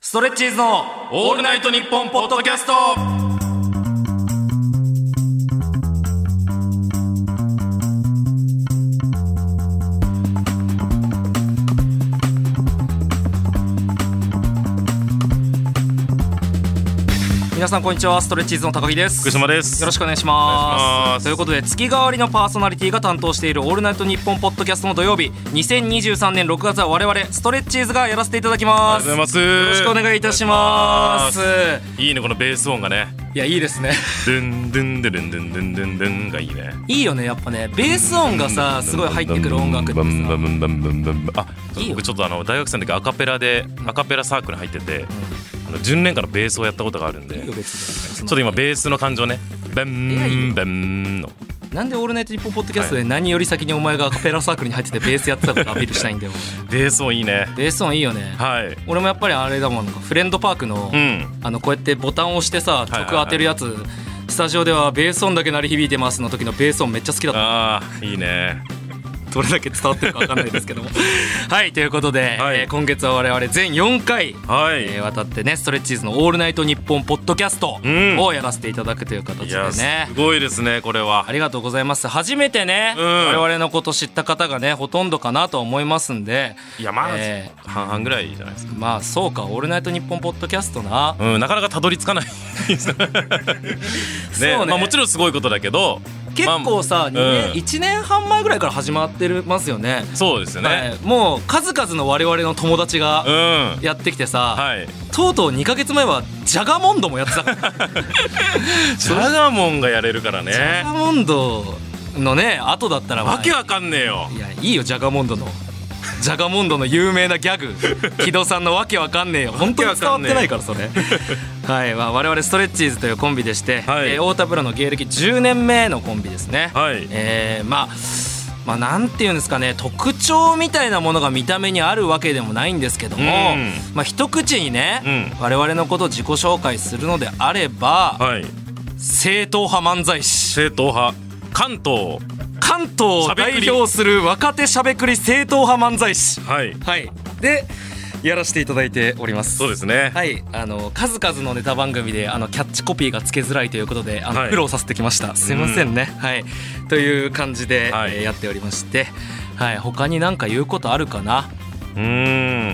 ストレッチーズのオールナイトニッポンポッドキャスト皆さんこんにちはストレッチーズの高木です福島です。よろしくお願いしますお願いしますということで月替わりのパーソナリティが担当している「オールナイトニッポン」ポッドキャストの土曜日2023年6月は我々ストレッチーズがやらせていただきあまりすがとうございます。よろしくお願いいたしますす。いいねこのベース音がね。いやいいですねドゥンドゥンドゥンドゥンドゥンドゥンドゥンがいいね。いいよねやっぱねベース音がさすごい入ってくる音楽ってバンバさンバンバンバンバンバンあ、いいよ僕ちょっとあの大学生の時アカペラでアカペラサークルに入ってて、あの純恋歌のベースをやったことがあるんで、いいよち別にょっと今ベースの感情ね。バンバンの。なんで「オールナイトニッポン」ポッドキャストで何より先にお前がアカペラサークルに入っててベースやってたことアピールしたい んだよベース音いいね。ベース音いいよねはい。俺もやっぱりあれだもんなんかフレンドパークの、うん。あのこうやってボタンを押してさはいはい曲当てるやつ、スタジオではベース音だけ鳴り響いてますの時のベース音めっちゃ好きだったああいいね。どれだけ伝わってるか分かんないですけど もはいということで、はいえー今月は我々全4回はい。えー渡ってねストレッチーズの「オールナイトニッポン」ポッドキャストうんをやらせていただくという形いでやねす、ごいですねこれはあ。りがとうございます初めてね、うん我々のこと知った方がねほとんどかなとは思いますんでいやまあえ半々ぐらいじゃないですか。ーまあそうか「オールナイトニッポン」ポッドキャストな、うん、なかなかたどり着かないねそうねまあ、もちろんすごいことだけど結構まさ、あ二年うん1年半前ぐらいから始まってるますよねあそうですよはねい、もう数々の我々の友達がうんやってきてさ、はいとうとう2か月前はジャガモンドもや ってたからジャガモンがやれるからジャねガモンドのね後だったらまあわけわかんねえよいやいいよジャガモンドのジャガモンドの有名なギ ャグ木戸さんのわけわかんねえよ本当に伝わってないからそれはい、まあ、我々ストレッチーズというコンビでして、はいえー太田プロの芸歴10年目のコンビですね、はいえーまあまあ、なんていうんですかね特徴みたいなものが見た目にあるわけでもないんですけども、うんまあ、一口にね、う我々のことを自己紹介するのであれば、はい正統派漫才師正統派関東関東を代表する若手しゃべくり正統派漫才師はいはいでやらせていただいておりますそうですね、はいあの数々のネタ番組であのキャッチコピーがつけづらいということであの、はい苦労させてきましたすいませんね、はいという感じで、はいえーやっておりましてはい他に何か言うことあるかなうー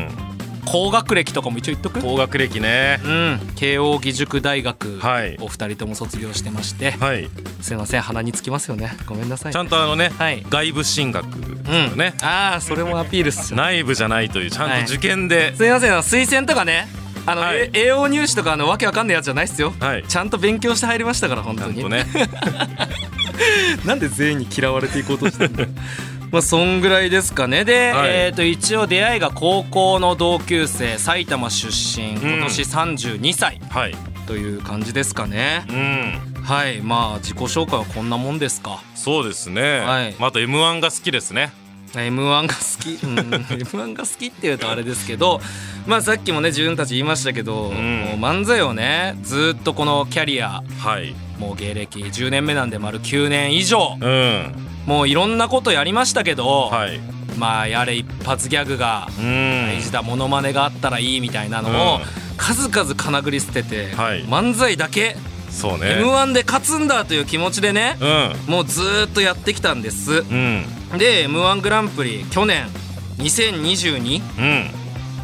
ん高学歴とかも一応言っとく高学歴ねうん慶応義塾大学はいお二人とも卒業してまして、はいすいません鼻につきますよねごめんなさいちゃんとあのね、はい外部進学うんね、ああそれもアピールっすよ内部じゃないというちゃはんいと受験で、すいませんあの推薦とかねあの、はいえ栄養入試とかあのわけわかんないやつじゃないっすよ、はいちゃんと勉強して入りましたから本当にちゃんとねなんで全員に嫌われていこうとしてるんだ まあそんぐらいですかねで、はいえー、と一応出会いが高校の同級生埼玉出身ん今年32歳はいという感じですかね、うんはいまあ自己紹介はこんなもんですかそうですね、はいまあ、あと m 1が好きですね m 1が好 き、うん、m 1が好きっていうとあれですけど、まあ、さっきもね自分たち言いましたけど、もうん漫才をねずーっとこのキャリアはいもう芸歴10年目なんで丸9年以上うんもういろんなことやりましたけど、はい。まあやれ一発ギャグがうん大事だモノマネがあったらいいみたいなのをうん数々かなぐり捨てて、はい漫才だけそう m ね。 1で勝つんだという気持ちでね、うん。もうずーっとやってきたんです。うん。で m 1グランプリ去年2022うん。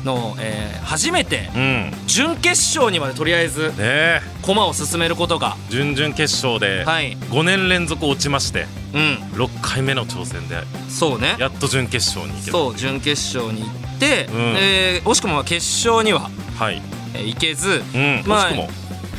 の、えー初めてうん。ね準決勝にまでとりあえずえ。駒を進めることが準々決勝ではい5年連続落ちましてうん6回目の挑戦でそうねやっと準決勝に行けたそう準決勝に行って、うんえー惜しくも決勝にははいえー行けず、うんまあ惜しくも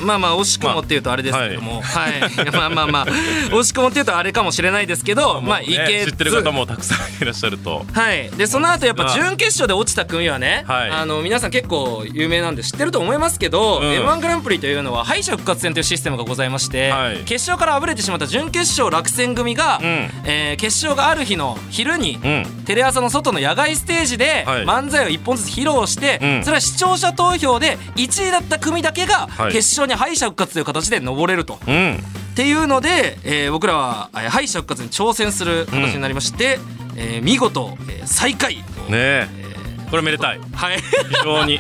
まあまあ惜しくもっていうとあれですけども、はい、いやまあまあまあ惜しくもっていうとあれかもしれないですけど、まあもう行ねけず知ってる方もたくさんいらっしゃるとはい、でその後やっぱまあ準決勝で落ちた組はね、はいあの皆さん結構有名なんで知ってると思いますけど、うん m 1グランプリというのは敗者復活戦というシステムがございまして、はい決勝からあぶれてしまった準決勝落選組が、うんえー決勝がある日の昼に、うんテレ朝の外の野外ステージではい漫才を1本ずつ披露して、うんそれは視聴者投票で1位だった組だけがはい決勝に敗者復活という形で上れると。うんっていうので、えー僕らはえー敗者復活に挑戦する形になりまして、えー見事、えー最下位と、ねえこれめでたいはい 非常に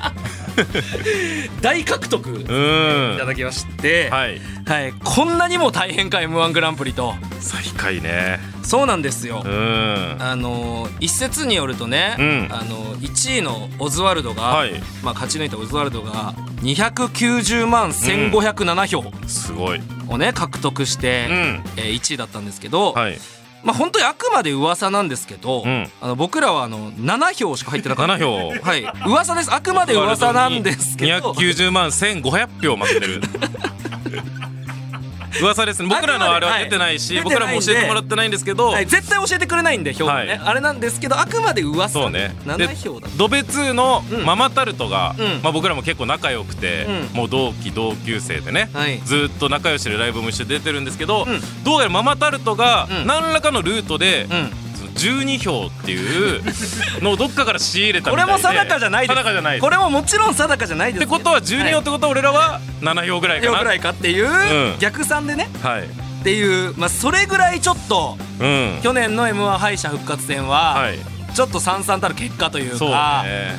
大獲得いうんただきまして、はいはいこんなにも大変か m 1グランプリと最下位ねそうなんですよ、うんあのー一説によるとね、うんあのー1位のオズワルドが、はいまあ、勝ち抜いたオズワルドが290万1507票すごいをね獲得しうて、んえー1位だったんですけど、はいまあ本当にあくまで噂なんですけど、うんあの僕らはあの7票しか入ってなかった7票はい噂ですあくまで噂なんですけど290万1500票負けて る噂ですね僕らのあれは出てないし、はい僕らも教えてもらってないんですけど、はい、絶対教えてくれないんで票がね、はいあれなんですけどあくまで噂そうねで7票だドベツのうんママタルトが、うんまあ、僕らも結構仲良くて、うんもう同期同級生でね、はいずーっと仲良しでライブも一緒に出てるんですけど、うんどうやらママタルトがうん何らかのルートで、うんその12票っていうのをどっかから仕入れたこみたれいでも定かじゃないです定かじゃないですこれももちろん定かじゃないでっすてけどことは12票ってことは俺らは7票ぐらい何か票なぐらいかっていう、うん逆算でねはいっていう、まあ、それぐらいちょっとうん去年の m 1敗者復活戦は、はいちょっとさんさんたる結果というそうかね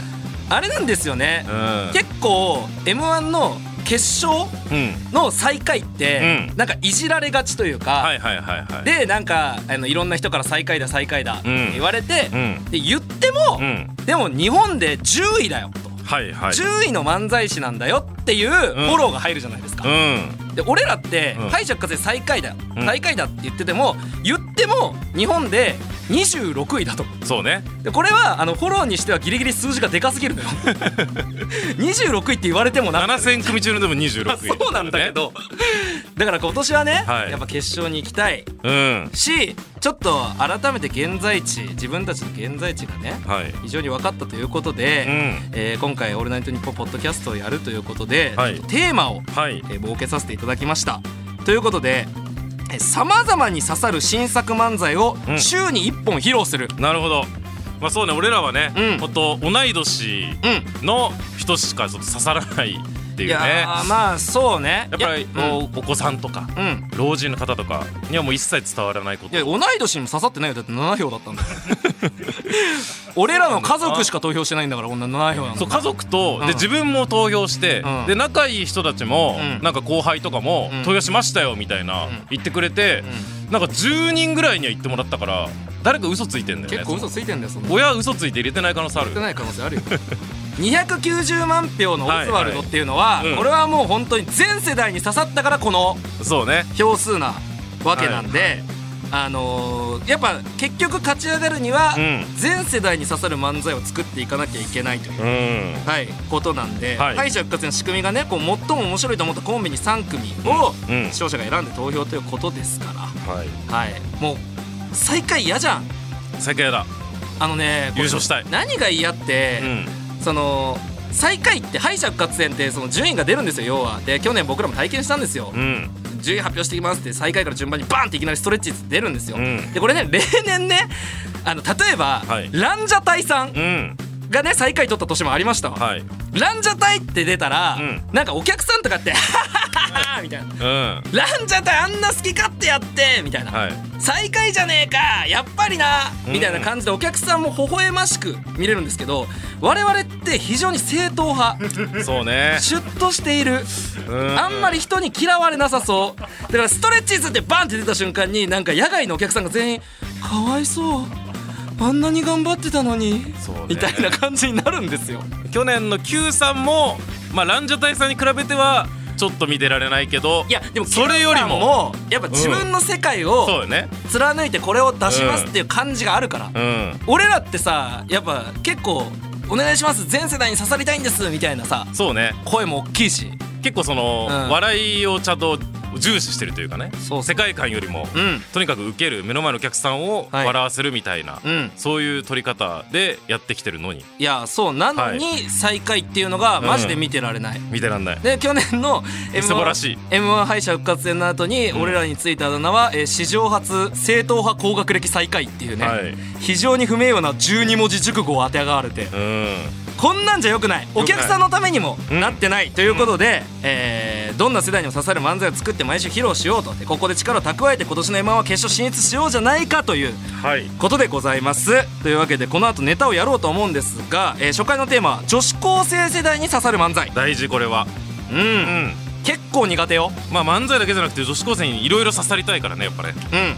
あれなんですよね、うん結構 m 1の決勝うんの最下位って、うんなんかいじられがちというか、はいはいはいはいでなんかあのいろんな人から最下位だ最下位だってうん言われて、うんで言っても、うんでも日本で10位だよと、はいはい10位の漫才師なんだよっていうフォローが入るじゃないですかう、んで俺らってうん敗者復活で最下位だよ、うん最下位だって言ってても言っても日本で26位だとそうねでこれはあのフォローにしてはギリギリ数字がでかすぎ るのよ26位って言われてもな7000組中のでも26位だからね そうなんだけどだから今年はね、はいやっぱ決勝に行きたいうんしちょっと改めて現在地自分たちの現在地がねはい非常に分かったということで、うんえー今回「オールナイトニッポン」ポッドキャストをやるということで、はいちょっとテーマを、はいえー設けさせていただきました。ということでさまざまに刺さる新作漫才をうん週に1本披露する。なるほどまあそうね俺らはねうん本当同い年うんの人しかちょっと刺さらないっていいうねやーまあそうねやっぱりいやうんおお子さんとかうん老人の方とかにはもう一切伝わらないこいとや同い年にも刺さってないよだって7票だったん だから俺らの家族しか投票してないんだからこんな7票なんだそう家族と、うんで自分も投票して、うんで仲いい人たちも、うんなんか後輩とかも、うん投票しましたよみたいな、うん言ってくれて、なんか10人ぐらいには言ってもらったから誰か嘘ついてんだよね結構嘘ついてんだよそんな親嘘ついて入れてない可能性ある少ない可能性あるよ290万票のオズワルドっていうのは、はいはいうんこれはもう本当に全世代に刺さったからこのそうね票数なわけなんで、あのーやっぱ結局勝ち上がるには、うん全世代に刺さる漫才を作っていかなきゃいけないという、うんはい、ことなんで、はい敗者復活の仕組みがねこう最も面白いと思ったコンビに3組を、うん視聴者が選んで投票ということですから、はいはい、もう最下位嫌じゃん最下位だあのねこれ優勝したい何が嫌って、うんその最下位って敗者復活戦ってその順位が出るんですよ要はで去年僕らも体験したんですよ、うん順位発表してきますって最下位から順番にバンっていきなりストレッチーズ出るんですよ、うんでこれね例年ねあの例えば、はいランジャタイさんうんがね最下位取った年もありましたわ、はいランジャタイって出たら、うんなんかお客さんとかって「ハハハハみたいなうん「ランジャタイあんな好き勝手やって」みたいな、はい最下位じゃねえかやっぱりなうんみたいな感じでお客さんも微笑ましく見れるんですけど我々って非常に正統派そ うねシュッとしているうんあんまり人に嫌われなさそうだからストレッチーズってバンって出た瞬間になんか野外のお客さんが全員「かわいそうあんなに頑張ってたのにそうね」みたいな感じになるんですよ。去年の Q さんもまあランジャタイさんに比べてはちょっと見てられないけどいやでもそれよりキムさんもやっぱ自分の世界をそうよね貫いてこれを出しますっていう感じがあるから、うん俺らってさやっぱ結構「お願いします全世代に刺さりたいんです」みたいなさそうね声も大きいし結構その、うん笑いをちゃんと重視してるというかねそう世界観よりも、うんとにかく受ける目の前のお客さんをはい笑わせるみたいな、うんそういう取り方でやってきてるのにいやそうなのに最下位っていうのがマジで見てられない、見てらんないで去年の m 素晴らしい m 1敗者復活戦の後に俺らについたあだ名は、えー史上初正統派高学歴最下位っていうね、はい非常に不名誉な12文字熟語を当てがわれてうんこんなんじゃよくないお客さんのためにもうんなってないということで、えーどんな世代にも刺さる漫才を作って毎週披露しようとでここで力を蓄えて今年の m 1は決勝進出しようじゃないかというはいことでございますというわけでこの後ネタをやろうと思うんですが、えー初回のテーマは女子高生世代に刺さる漫才大事これはううんん結構苦手よまあ漫才だけじゃなくて女子高生にいろいろ刺さりたいからねやっぱね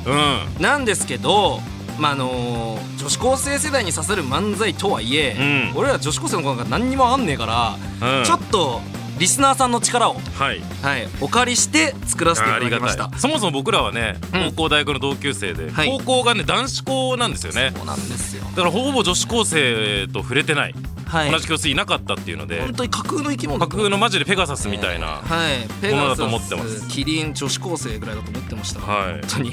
うんうなんですけど、まああの女子高生世代に刺さる漫才とはいえ、うん俺ら女子高生の子なんか何にもあんねえから、うんちょっとリスナーさんの力を、んはいはい、お借りして作らせていただきました。そもそも僕らはねうん高校大学の同級生で、はい高校がね男子校なんですよねそうなんですよ、だからほぼ女子高生と触れてない、はい、同じ教室いなかったっていうので本当に架空の生き物架空のマジでペガサスみたいな、はい、ペものガだと思ってサまスすキリン女子高生ぐらいだと思ってました、はい本当に、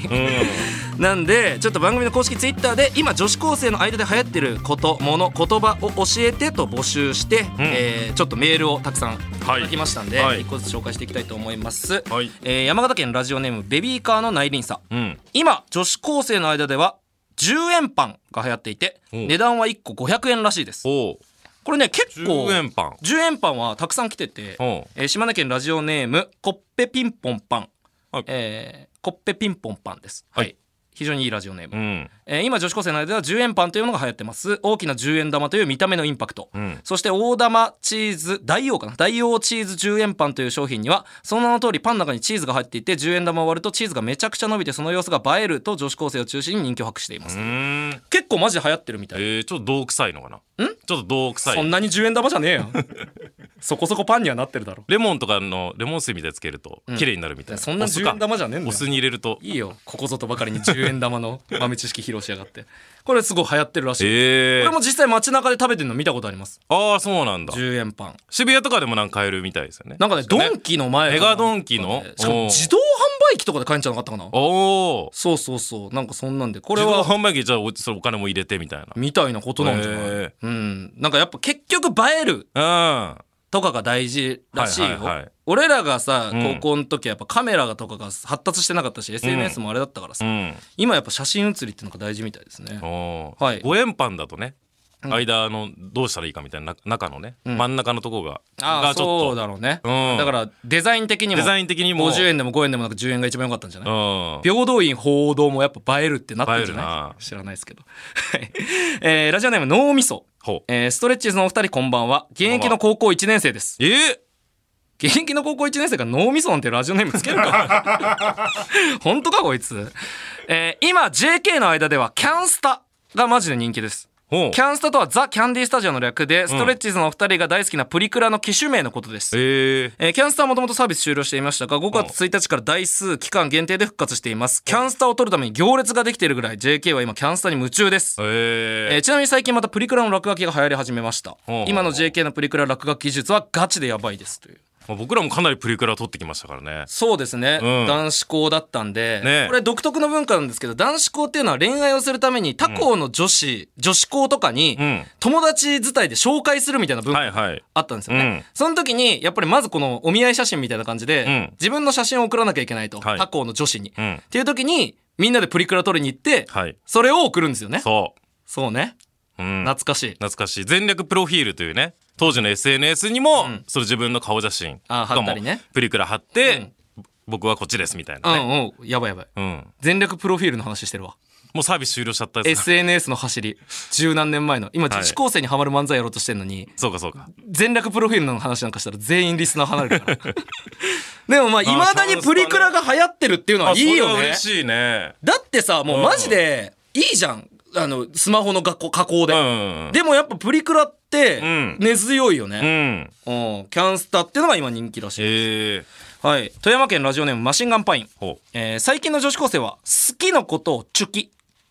うなんでちょっと番組の公式ツイッターで今女子高生の間で流行ってることもの言葉を教えてと募集して、えーちょっとメールをたくさんいただきましたんで、一はい個ずつ紹介していきたいと思います、んはいえー山形県ラジオネームベビーカーの内輪さん うん今女子高生の間では10円パンが流行っていておう値段は1個500円らしいですおうこれね結構10円パン10円パンはたくさん来てて、おうえー島根県ラジオネームコッペピンポンパン、はいえーコッペピンポンパンです、ははいい非常にいいラジオネーム、うんえー今女子高生の間では10円パンというものが流行ってます大きな10円玉という見た目のインパクト、うんそして大玉チーズ大王かな大王チーズ10円パンという商品にはその名の通りパンの中にチーズが入っていて10円玉を割るとチーズがめちゃくちゃ伸びてその様子が映えると女子高生を中心に人気を博していまうす、ーん結構マジで流行ってるみたい、えー、ちょっと道臭いのかなんちょっと道臭そんいなに10円玉じゃねえよ そこそこパンにはなってるだ ろレモンとかのレモン水みたいにつけると綺麗になるみたいな、そんなお酢10か円玉じゃねえんだよお酢に入れるといいよここぞとばかりに10円玉の豆知識披露しやがってこれすごい流行ってるらしい、えこえれも実際街中で食べてるの見たことありますああそうなんだ10円パン渋谷とかでもなんか買えるみたいですよねなんかねドンキの前メガドンキのしかもおー自動販売機とかで買えんじゃなかったかなおおそうそうそうなんかそんなんでここれれはは販売機じゃあおそれお金も入れてみたいみたいなことなんじゃない、へーうんなんかやっぱ結局映えるなうんとかが大事らしいよ、はいはいはい俺らがさうん高校の時はやっぱカメラとかが発達してなかったし、SNS もあれだったからさ、うん今やっぱ写真写りってのが大事みたいですね、おーはい五円パンだとね、間のどうしたらいいかみたいな中のね、真ん中のとこがああがちょっとそうだろうね、うんだからデザイン的にもデザイン的にも50円でも5円でもなく10円が一番良かったんじゃないうん平等院報道もやっぱ映えるってなってるんじゃ映えなるない知らないですけど、はいえーラジオネーム脳みそ、ほうえーストレッチーズのお二人こんばんは現役の高校1年生ですえー現役の高校1年生が脳みそなんてラジオネームつけるか 本当かこいつ、えー今 JK の間ではキャンスタがマジで人気ですほうキャンスタとはザ・キャンディースタジオの略で、ストレッチーズのお二人が大好きなプリクラの機種名のことです。えーえーキャンスターはもともとサービス終了していましたが、5月1日から台数期間限定で復活しています。キャンスターを取るために行列ができているぐらい、JK は今キャンスターに夢中です。ええーちなみに最近またプリクラの落書きが流行り始めましたほうほう。今の JK のプリクラ落書き技術はガチでやばいですという。ーまあ僕らもかなりプリクラを撮ってきましたからねそうですね、うん男子校だったんで、ねこれ独特の文化なんですけど男子校っていうのは恋愛をするために他校の女子、女子校とかにうん友達伝いで紹介するみたいな文化はいはいあったんですよね、うんその時にやっぱりまずこのお見合い写真みたいな感じで、うん自分の写真を送らなきゃいけないと、はい他校の女子に、うっんていう時にみんなでプリクラ取りに行って、はいそれを送るんですよねそうそねう、うん、懐かしい、懐かしい全略プロフィールというね当時の SNS にも、その自分の顔写真あー貼ったりねとかもプリクラ貼って、僕はこっちですみたいなね、うんうんやばいやばいうん全略プロフィールの話してるわもうサービス終了しちゃったやつ SNS の走り十何年前の今はい女子高生にハマる漫才やろうとしてるのに、そうかそうか全略プロフィールの話なんかしたら全員リスナー離れるから でもまあいまだにプリクラが流行ってるっていうのあはいいよそれはね嬉しいねだってさもうマジでいいじゃんあのスマホの加工加工うで、んでもやっぱプリクラってうん根強いようね、んうんキャンスタっていうのが今人気らしい、ええはい、富山県ラジオネームマシンガンパイン、ほえー最近の女子高生は好きのことをチュキ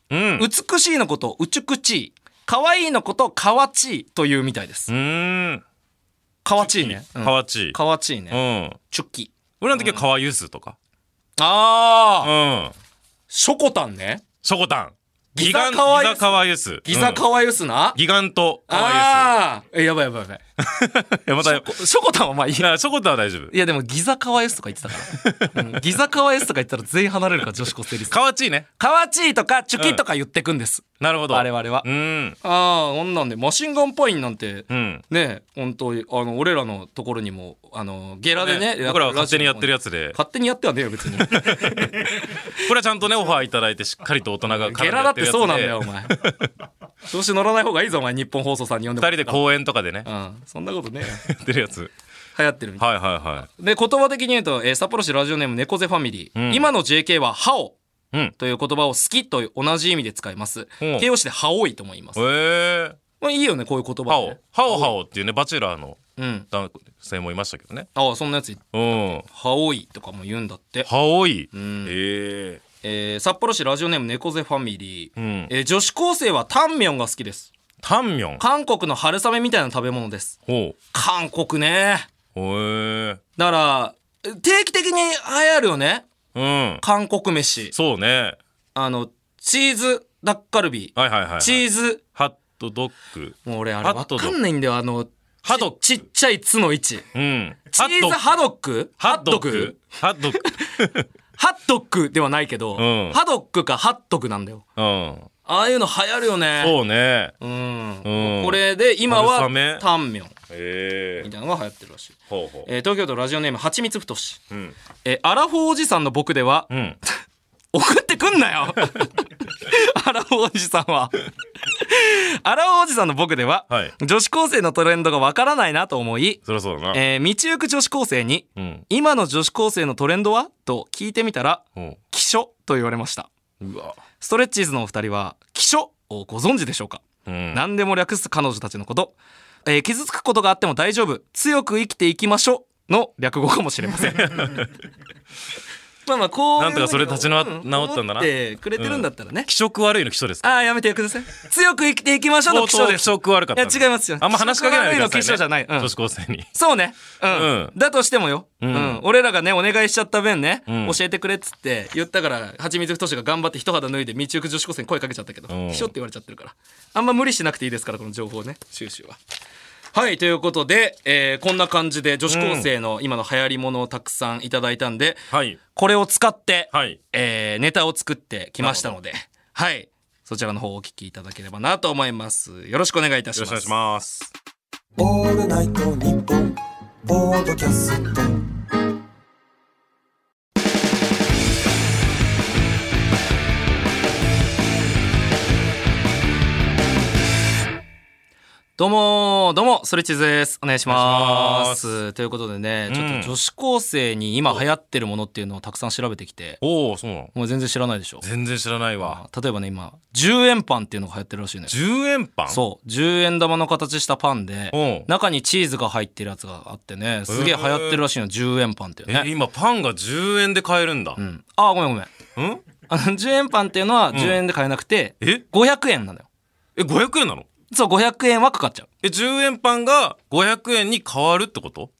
ううん美しいのことをうちゅくちい可愛いのことをかわちいというみたいです、うーんかわちいね、うんかわちいかわちいね、うんチュキ俺らの時はかわゆずとかあうー、んショコタンねしょこたんギザかわゆすギザかわゆずギザかわゆすな、ギガントかわああーえやばいやばいやばいやまたショコショコタンはまあいいいやしょこたんは大丈夫いやでもギザカワ S とか言ってたから、うんギザカワ S とか言ったら全員離れるから女子高生リスかわちいねカワチーとかチュキとか言ってくんです、なるほど我々は、うんああこんなんでマシンガンパインなんて、うんねえ本当にあの俺らのところにもあのゲラでね僕らは勝手にやってるやつつで勝手にやってはねえよ 別にこれはちゃんとねオファーいただいてしっかりと大人が絡んでゲラだやっるてやつでそうなんだよお 前調子乗らない方がいいぞお前日本放送さんに呼んで二も人で公園とかで ねうんそんなことねえよやってるやつ流行ってるみたいはいはで言葉的に言うと、えー札幌市ラジオネーム猫背ファミリー、うん今の JK は「歯を」いはいうんという言葉を好きという同じ意味で使います。うん形容詞で羽織とも言います。ええまあいいよね、こういう言ハ葉オね。ハオハオっていうねバチェラーのうん。男性もいましたけどねああ、そんなやつ、うん羽織とかも言うんだって。ハオイうんえええー札幌市ラジオネーム猫背ファミリー。うんえー女子高生はタンミョンが好きです。タンミョン韓国の春雨みたいな食べ物です。ほ韓国ね。うへえだから、定期的に流行るよね。うん韓国飯。そうねあの、チーズダッカルビ。はいはいはいはいチーズ、ハットドッグもう俺あれハわットドかんないんだよ、あの、ハドックちちっちゃい「つ」の位置。うんチーズハドックハッハッドドッッグクハッドッグハッドックではないけど、んハドックかハッドクなんだよ。うんああいうの流行るよね。そうねうん。うんこれで今は春雨タンミョンえみえたいなのが流行ってるらしい。ほうほうえー東京都ラジオネームはちみつふとし。うんえーアラフォーおじさんの僕では、うん送ってくんな よアラフォーおじさんは。アラフォーおじさんの僕では、はい女子高生のトレンドがわからないなと思い、そりゃそうだなえー道行く女子高生に、うん今の女子高生のトレンドはと聞いてみたら、ほ気書と言われました。ううわストレッチーズのお二人は気書をご存知でしょうか、うん何でも略す彼女たちのこと、えー傷つくことがあっても大丈夫強く生きていきましょうの略語かもしれません まあまあこういうなんとかそれ立ちな直ったんだなってくれてるんだったらね、気色悪いの気象ですかああやめてください強く生きていきましょうの気象相当で気す色悪かったいや違いますよあんま話しかけないでください気色悪いのね気象じゃないうん女子高生にそうね、うんうんだとしてもよ、うんん俺らがねお願いしちゃった分ね、うん教えてくれっつって言ったからはちみつふとしが頑張って一肌脱いで道行く女子高生に声かけちゃったけどうん秘書って言われちゃってるからあんま無理しなくていいですからこの情報ね収集は。はいということで、えーこんな感じで女子高生の今の流行りものをたくさんいただいたんで、はいこれを使って、はいえーネタを作ってきましたのではいそちらの方をお聞きいただければなと思いますよろしくお願いいたしよろしくお願まいしすますオールナイトニッポンポードキャストどうもーどうもストレッチーズですお願いしまお願いしますということでね、ちょうっんと女子高生に今流行ってるものっていうのをたくさん調べてきておおそうなのもう全然知らないでしょ全然知らないわ例えばね今10円パンっていうのが流行ってるらしいね10円パンそう10円玉の形したパンでうん中にチーズが入ってるやつがあってねすげえ流行ってるらしいの10円パンっていうえね、今パンが10円で買えるんだ、うん、あーごめんごめんうんあの10円パンっていうのは10円で買えなくて、え500円なのよえ500円なのそう500円はかかっちゃえ10円パンが500円に変わるってこと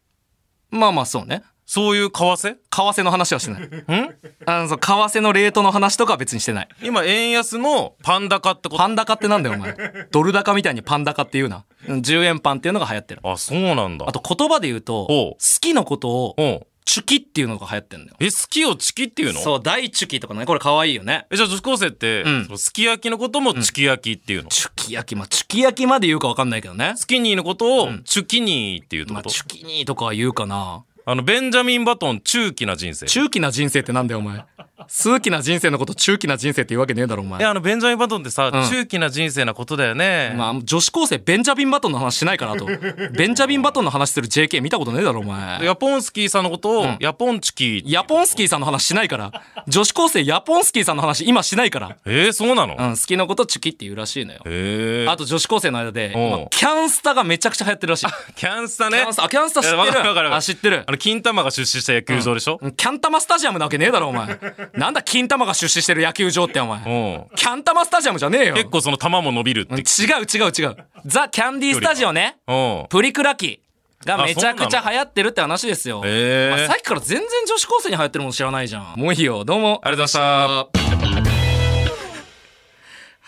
うまあまあそうねそういう為替為替の話はしてないんあのそう為替のレートの話とかは別にしてない今円安のパン高ってこパン高ってなんだよお 前ドル高みたいにパン高って言うなうん10円パンっていうのが流行ってるとあそうなんだあと言葉で言うとおう好きのことをうんえチュキっていうのが流行ってるんだよ好きをチキっていうのそう大チュキとかねこれ可愛いよねえじゃあ女子高生って、うんそのすき焼きのこともチキ焼きっていうの、チュキ焼きまあチュキ焼きまで言うか分かんないけどねスキニーのことをチュキニーっていうってまあこと、チュキニーとかは言うかなあのベンジャミン・バトン中期な人生中期な人生ってなんだよお前数期な人生のこと中期な人生って言うわけねえだろお前えあのベンジャミン・バトンってさ、ん中期な人生なことだよね、まあ、女子高生ベンジャミン・バトンの話しないからあ とベンジャミン・バトンの話する JK 見たことねえだろお前ヤポンスキーさんのことを、んヤポンチキーってヤポンスキーさんの話しないから女子高生ヤポンスキーさんの話今しないから、えー、そうなの、うん、好きなことチュキって言うらしいのよへえあと女子高生の間でおう今キャンスタがめちゃくちゃ流行って るらしいキャンスタキねャンスタあキャンスタ知っていやわかるわかるるあ知ってるあの金玉が出資した野球場でしょ、うんキャンタマスタジアムなわけねえだろお 前なんだ金玉が出資してる野球場っておう前んキャンタマスタジアムじゃねえよ結構その球も伸びるって、うん違う違う違うザ・キャンディースタジオねうんプリクラ機があめちゃくちゃ流行ってるって話ですよ。へーまあさっきから全然女子高生に流行ってるもの知らないじゃん。もういいよ。どうも。ありがとうございまし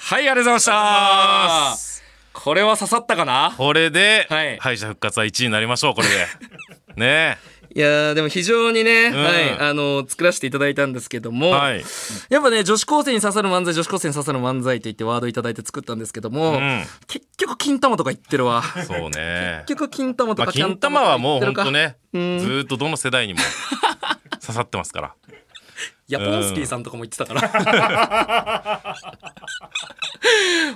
たはい、ありがとうございました。これは刺さったかなこれで、はい敗者復活は1位になりましょうこれで ねいやーでも非常にね、んはい、あの作らせていただいたんですけども、えはい、やっぱね女子高生に刺さる漫才女子高生に刺さる漫才といってワードいただいて作ったんですけども、うん、結局金玉とか言ってるわそうね結局金玉とまあか金玉はもう本当ねねずーっとどの世 代にも刺さってますからいやポンスキーさんとかも言ってたから、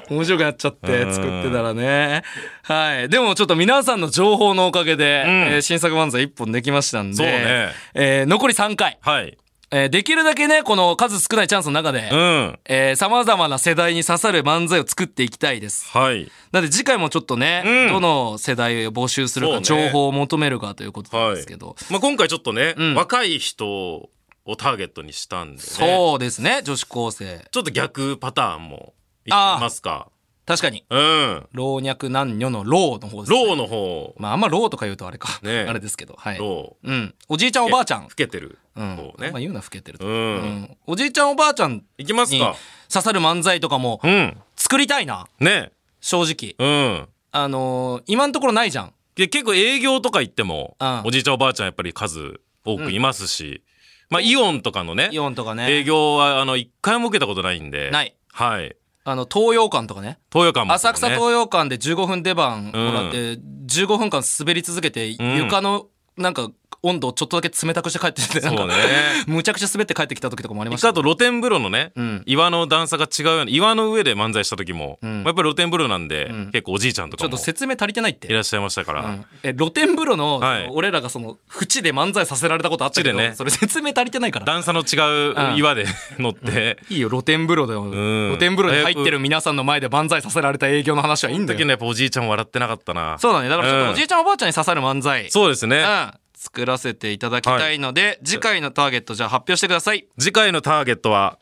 面白くなっちゃってうん作ってたらねはいでもちょっと皆さんの情報のおかげで、うんえー新作漫才1本できましたんでそうねえー残り3回、はいえーできるだけねこの数少ないチャンスの中でう、んえー、様々な世代に刺さる漫才を作っていきたいです。はいなので次回もちょっとね、うんどの世代を募集するそか、うね情報を求めるかということなんはですいけど。まあ、今回ちょっとね、ん若い人をターゲットにしたんで、ね、そうですね、女子高生。ちょっと逆パターンもいきますか確かに、うん老若男女の老の方です、ね。ローの方まあ、あんま老とか言うとあれか。ねえあれですけど。はい。ロうん。おじいちゃんおばあちゃんー老。けてるうん。方まあね言うな、老けてると、うん、うんおじいちゃんおばあちゃんいきますにか刺さる漫才とかもうん作りたいな、ね正直。うんあのー今のところないじゃん。で結構営業とか行っても、うんおじいちゃんおばあちゃんやっぱり数多くいますし、まあイオンとかのねイオンとかね。営業はあの一回も受けたことないんでないはいあの、東洋館とかね。東洋館も、ね、浅草東洋館で15分出番もらって、15分間滑り続けて、ん床のなんか温度をちょっとだけ冷たくして帰ってきてなんそう か、ねむちゃくちゃ滑って帰ってきた時とかもありま一し回たあと露天風呂のね、ん岩の段差が違うような岩の上で漫才した時も、んまあやっぱり露天風呂なんで、結構おじいちゃんとちょかっとも説明足りてないっていらっしゃいましたから、うんえ露天風呂の、はいその俺らがその縁で漫才させられたことあったけど、縁でねそれ説明足りてないから段差の違う岩で 乗って、いいよ露天風呂で、ん露天風呂に入ってる皆さんの前で漫才させられた営業の話はいいんだだけよどやっぱおじいちゃんも笑ってなかったなそうだねだからちょっうとんおじいちゃんおばあちゃんに刺さる漫才そうですね、うん作らせていただきたいので、次回のターゲットじゃあ発表してください次回のターゲットは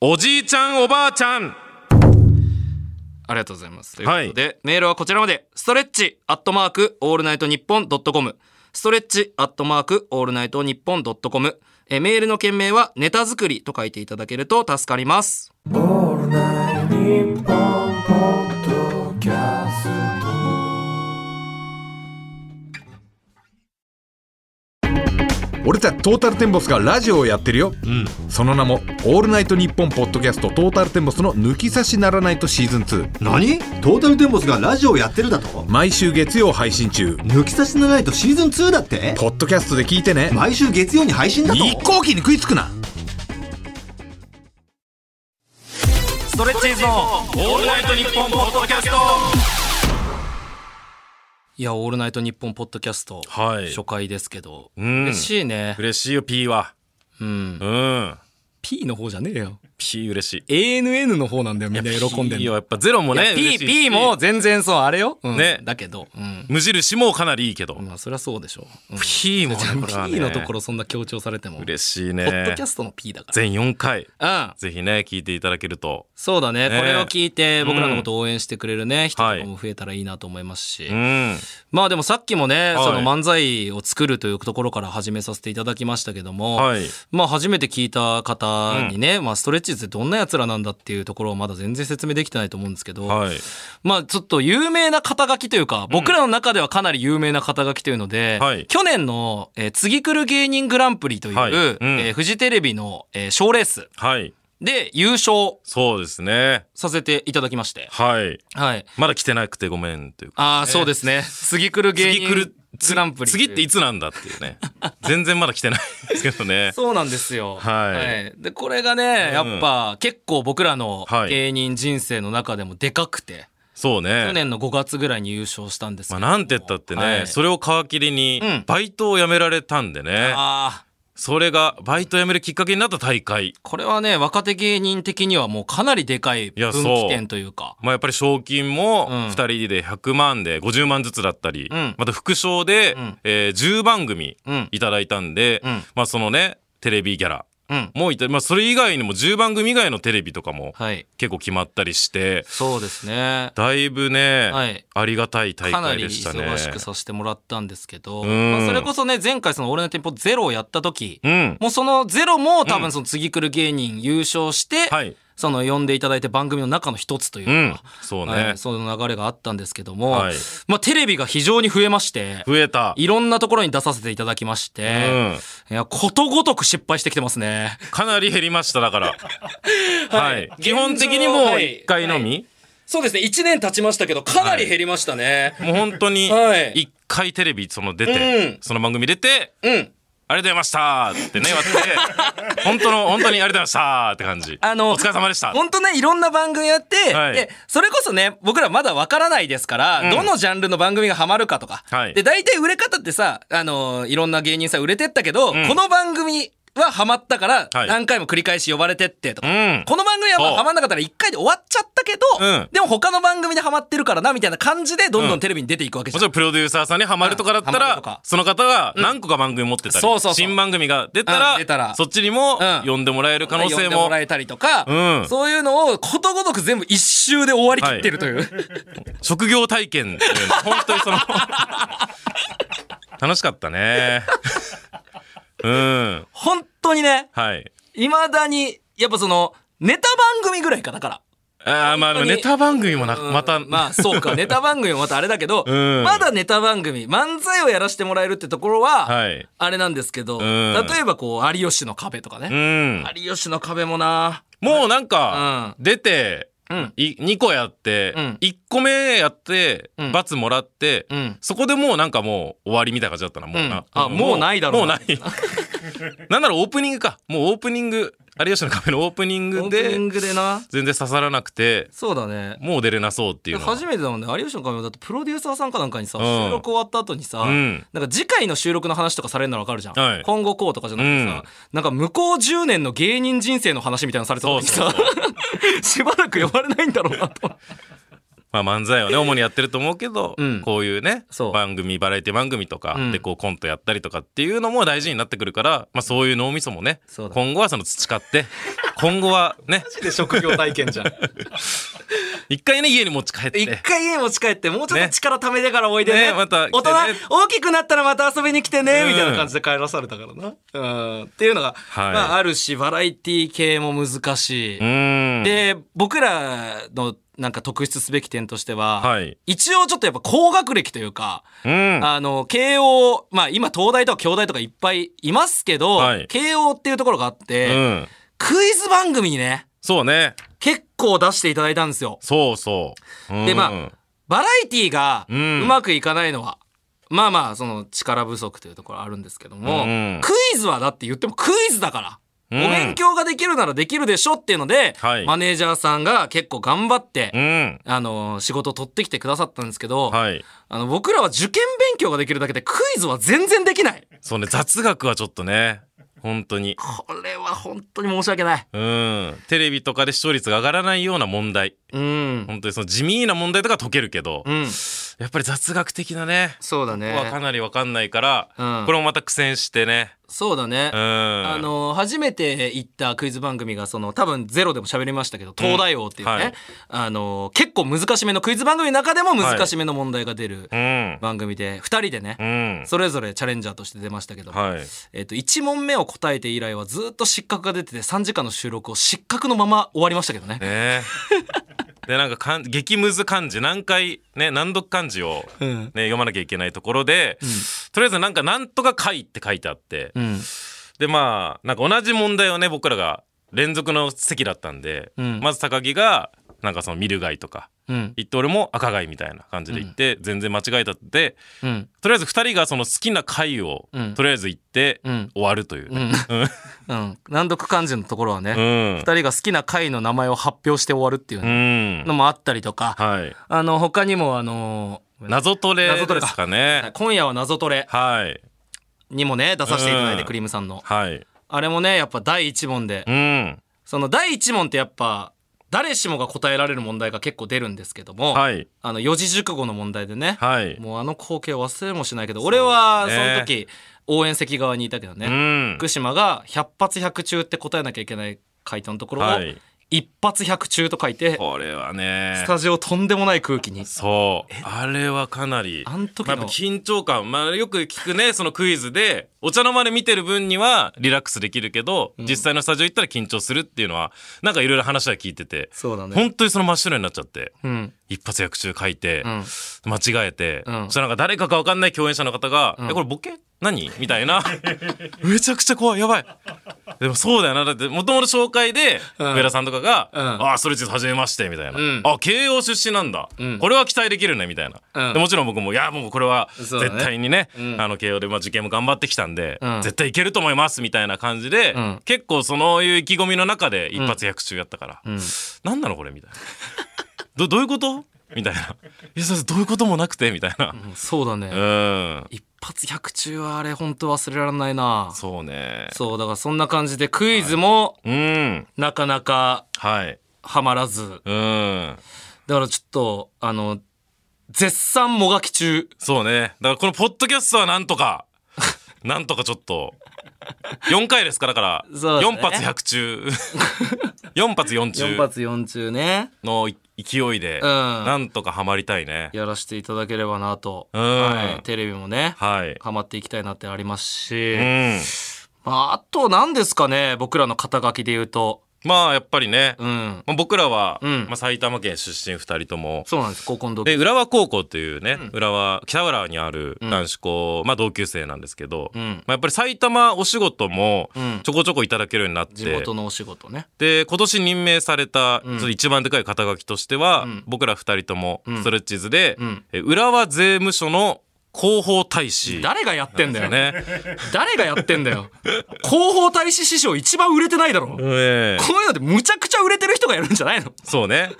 おじいちゃんおばあちゃんありがとうございます。ということで、メールはこちらまで、ストレッチアットマークオールナイトニッポンドットコム、ストレッチアットマークオールナイトニッポンドットコム、えーメールの件名はネタ作りと書いていただけると助かります。オールナイトニッポンポッドキャスト俺たちトータルテンボスがラジオをやってるよ、その名も「オールナイトニッポン」ポッドキャスト「トータルテンボスの抜き差しならないとシーズン2何トータルテンボスがラジオやってるだと」毎週月曜配信中抜き差しならないとシーズン2だってポッドキャストで聞いてね毎週月曜に配信だと一向機に食いつくなストレッチーズのオールナイトニッポンポッドキャストいや、オールナイトニッポンポッドキャスト、はい初回ですけど、ん嬉しいね。嬉しいよ P はうん。うん P の方じゃねえよ。 P 嬉しい ANN の方なんだよ、みんな喜んで P る。はやっぱゼロもね P、嬉しい P も全然そう、あれよ。うんねだけど、うん。無印もかなりいいけど、まあ、そりゃそうでしょ う。うん P もねじゃあこれはね P のところそんな強調されても、嬉しいねポッドキャストの P だか全4回ら。うん。ぜひね聞いていただけるとそうだね。ねこれを聞いて、僕らのことを応援してくれるね、人とかも増えたらいいなと思いますし。うんまあでもさっきもね、はいその漫才を作るというところから始めさせていただきましたけども、はいまあ初めて聞いた方にね、まあストレッチーズってどんな奴らなんだっていうところをまだ全然説明できてないと思うんですけど、はいまあちょっと有名な肩書きというか、僕らの中ではかなり有名な肩書きというので、はい去年の、えー次来る芸人グランプリという、はいうんえーフジテレビの賞、えー賞レースはいで優勝そうですねさせていただきまして、はいはい。まだ来てなくてごめんというかああ、そうですね。次来る芸次人来るグランプリ。次っていつなんだっ ていうね全然まだ来てないですけどねそうなんですよ。はいで、これがね、やうんっぱ結構僕らのはい芸人人生の中でもでかくて、そ去うね年の5月ぐらいに優勝したんですけまあど。なんて言ったってね、はいそれを皮切りにんバイトを辞められたんでね、ああ、それがバイト辞めるきっかけになった大会これはね、若手芸人的にはもうかなりでかいいや分そう岐点というか。まあやっぱり賞金もうん2人で100万で50万ずつだったり、うんまた副賞で、んえー10番組うんいただいたんで、うんまあそのねテレビギャラうん。もいたり、まあ、それ以外にも10番組以外のテレビとかもはい。結構決まったりしてそうですね。だいぶね、はいありがたい大かな会りでしたね。忙しくさせてもらったんですけど、んまあ、それこそね、前回その俺の店舗ゼロをやった時、うんもうそのゼロも多分その次来る芸人優勝して、はいその呼んでいただいて番組の中の一つといううか、んそうね、はいその流れがあったんですけども、はいまあ、テレビが非常に増えまして増えたいろんなところに出させていただきまして、いやことごとく失敗してきてますね。かなり減りましただから、 ははいい、基本的にもう1回のみ、そうですね1年経ちましたけどかなり減りましたね。もう本当にはい1回テレビその出て、うんその番組出てうんありがとうございましたってね、や って、本当の、本当にありがとうございましたって感じ。あのお疲れ様でした。本当ねいろんな番組やって、はいでそれこそね僕らまだわからないですから、うんどのジャンルの番組がハマるかとか、はいで大体売れ方ってさあのいろんな芸人さん売れてったけど、んこの番組はハマったからはい何回も繰り返し呼ばれてってとか、うんこの番組はまあそうハマんなかったら1回で終わっちゃったけど、うんでも他の番組でハマってるからなみたいな感じでどんどんテレビに出ていくわけじもゃちん、ろんプロデューサーさんにハマるとかだったうんハマら、るとかその方が何個か番組持ってたり、そうそうそう新番組が出たうらん出たらそっちにもうん呼んでもらえる可能呼性んでもも、らえたりとか、うんそういうのをことごとく全部一周で終わりきってるという、職業体験っていうの本当にその楽しかったねうん 本当にねはいいまだにやっぱそのネタ番組ぐらいかだから、あーまあでもネタ番組もな、うんまた、まあそう かネタ番組もまたあれだけど、うんまだネタ番組漫才をやらせてもらえるってところは、はいあれなんですけど、ん例えばこう「有吉の壁」とかうね、ん有吉の壁もなもうなんか、う出て、うんい2個やって、うん1個目やって、うん罰もらって、うんそこでもうなんかもう終わりみたいな感じだったな、もううんな。あもうないだろうもうなない。 なんならオープニングか。もうオープニング、有吉の壁のオープニンオグープニンで、グでな全然刺さらなくて、そうだねもう出れなそうっていうのは。初めてだもんね有吉の壁もだってプロデューサーさんかなんかにさ、うん収録終わった後にさ、うんなんか次回の収録の話とかされるならわかるじゃん、はい今後こうとかじゃなくてさ、なんか向こう10年の芸人人生の話みたいなのされてた時にさ しばらく呼ばれないんだろうなとまあ漫才はね、主にやってると思うけど、うんこういうねそう、番組、バラエティ番組とかうんでこうコントやったりとかっていうのも大事になってくるから、まあそういう脳みそもねそう、だ今後はその培 って、今後はね、職業体験じゃん一回ね家に持ち帰って一回家持ち帰ってもうちょっと力貯めてからおいでねねまた来て大ね人大きくなったらまた遊びに来てね、うんみたいな感じで帰らされたからなうんっていうのが、はいまあ、あるしバラエティ系も難しい、うーんで僕らのなんか特筆すべき点としては、はい一応ちょっとやっぱ高学歴というか、うんあの慶応まあ今東大とか京大とかいっぱいいますけど、はい慶応っていうところがあって、うんクイズ番組にねそうね結構出していただいたんですよ。そうそう、うんでまあバラエティーがううんまくいかないのは、まあまあその力不足というところあるんですけども、うんクイズはだって言ってもクイズだから。おうん勉強ができるならできるでしょっていうので、はいマネージャーさんが結構頑張って、うんあの仕事を取ってきてくださったんですけど、はいあの僕らは受験勉強ができるだけでクイズは全然でき ないそうね雑学はちょっとね本当にこれは本当に申し訳ないうんテレビとかで視聴率が上がらないような問題うん本当にその地味な問題とか解けるけど、うんやっぱり雑学的なねそうだここはかねなりわかんないから、うんこれもまた苦戦してねそうだね、うんああの初めて行ったクイズ番組がその多分「ゼロでも喋りましたけど「東大王」っていうね、はいあの結構難しめのクイズ番組の中でも難しめの問題が出るうん番組で、二2人でね、うんそれぞれチャレンジャーとして出ましたけど、はいえっと1問目を答えて以来はずっと失格が出てて3時間の収録を失格のまま終わりましたけどねねでなんかかん激ムズ漢字何回ね難読漢字を、ねん読まなきゃいけないところで、とりあえずなんか「なんとか解」って書いてあって、うんでまあなんか同じ問題をね僕らが連続の席だったんで、うんまず高木がなんかその見る貝とかうん言って俺も赤貝みたいな感じで言って、全然間違えたってうんとりあえず2人がその好きな貝を、うんとりあえず言って、うん終わるという、うん、うん、難読漢字のところはね、うん二人が好きな回の名前を発表して終わるっていううねんのもあったりとか、はいあの他にもあの謎トレ謎トレでかすかね今夜は謎トレはいにもね出させていただいて、うんクリームさんのはいあれもねやっぱ第一問で、うんその第一問ってやっぱ誰しもが答えられる問題が結構出るんですけども、はいあの四字熟語の問題でね、はい。もうあの光景忘れもしないけど俺はそそうねの時応援席側にいたけどね、うん。福島が「百発百中」って答えなきゃいけない回答のところをはい。一発百中と書いて、これはねスタジオとんでもない空気に。そうあれはかなりあん時のまやっぱ緊張感、まあ、よく聞くねそのクイズでお茶の間で見てる分にはリラックスできるけど、実際のスタジオ行ったら緊張するっていうのはなんかいろいろ話は聞いててそうだね本当にその真っ白になっちゃって、うん。一発役中書いて、ん間違えて、うんそしたらなんか誰かか分かんない共演者の方が「えこれボケ何?」みた いなめちゃくちゃ怖いやばいでもそうだよなだってもともと紹介でん上田さんとかが「んああそれちょっと初めまして」みたいな「んあ慶応出身なんだ、んこれは期待できるね」みたいな、うんでもちろん僕も「いやもうこれはそうだね絶対にねあの慶応で、まあ、受験も頑張ってきたんで、ん絶対いけると思います」みたいな感じで、ん結構そういう意気込みの中で一発役中やったから「何なのこれ」みたいな。 どどういうことみたいな。え、それどういうこともなくてみたいな。そうだね。うん。一発百中はあれ本当忘れられないな。そうね。そう、だからそんな感じでクイズもうん。なかなかはい。はまらず。うん。だからちょっと、あの、絶賛もがき中。そうね。だからこのポッドキャストはなん とか、なんとかちょっと、4回ですから、だから、そうです4ね発100中、4発4 4中発4中ね。の勢いで、うんなんとかハマりたいね。やらせていただければなと。うんはい。テレビもね、はい。ハマっていきたいなってありますし。うん。まあ、あと何ですかね、僕らの肩書きで言うと。まあ、やっぱりね、うん。まあ僕らは、うんまあ、埼玉県出身2人とも、そうなんです、高校ので時。浦和高校というね、浦和北浦和にある男子校、まあ、同級生なんですけど、うんまあ、やっぱり埼玉お仕事もうんちょこちょこいただけるようになって、地元のお仕事ね。で今年任命された、んその一番でかい肩書きとしては、ん僕ら二人ともんストレッチーズで、うんえ浦和税務署の広報大使。誰がやってんだよ。 ね。誰がやってんだよ。広報大使師匠一番売れてないだろ。こええういうのってむちゃくちゃ売れてる人がやるんじゃないのそうね。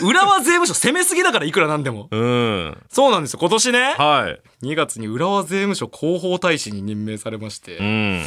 浦和税務署攻めすぎだからいくらなんでも。うん。そうなんですよ。今年ね、はい。 2月に浦和税務署広報大使に任命されまして、うん。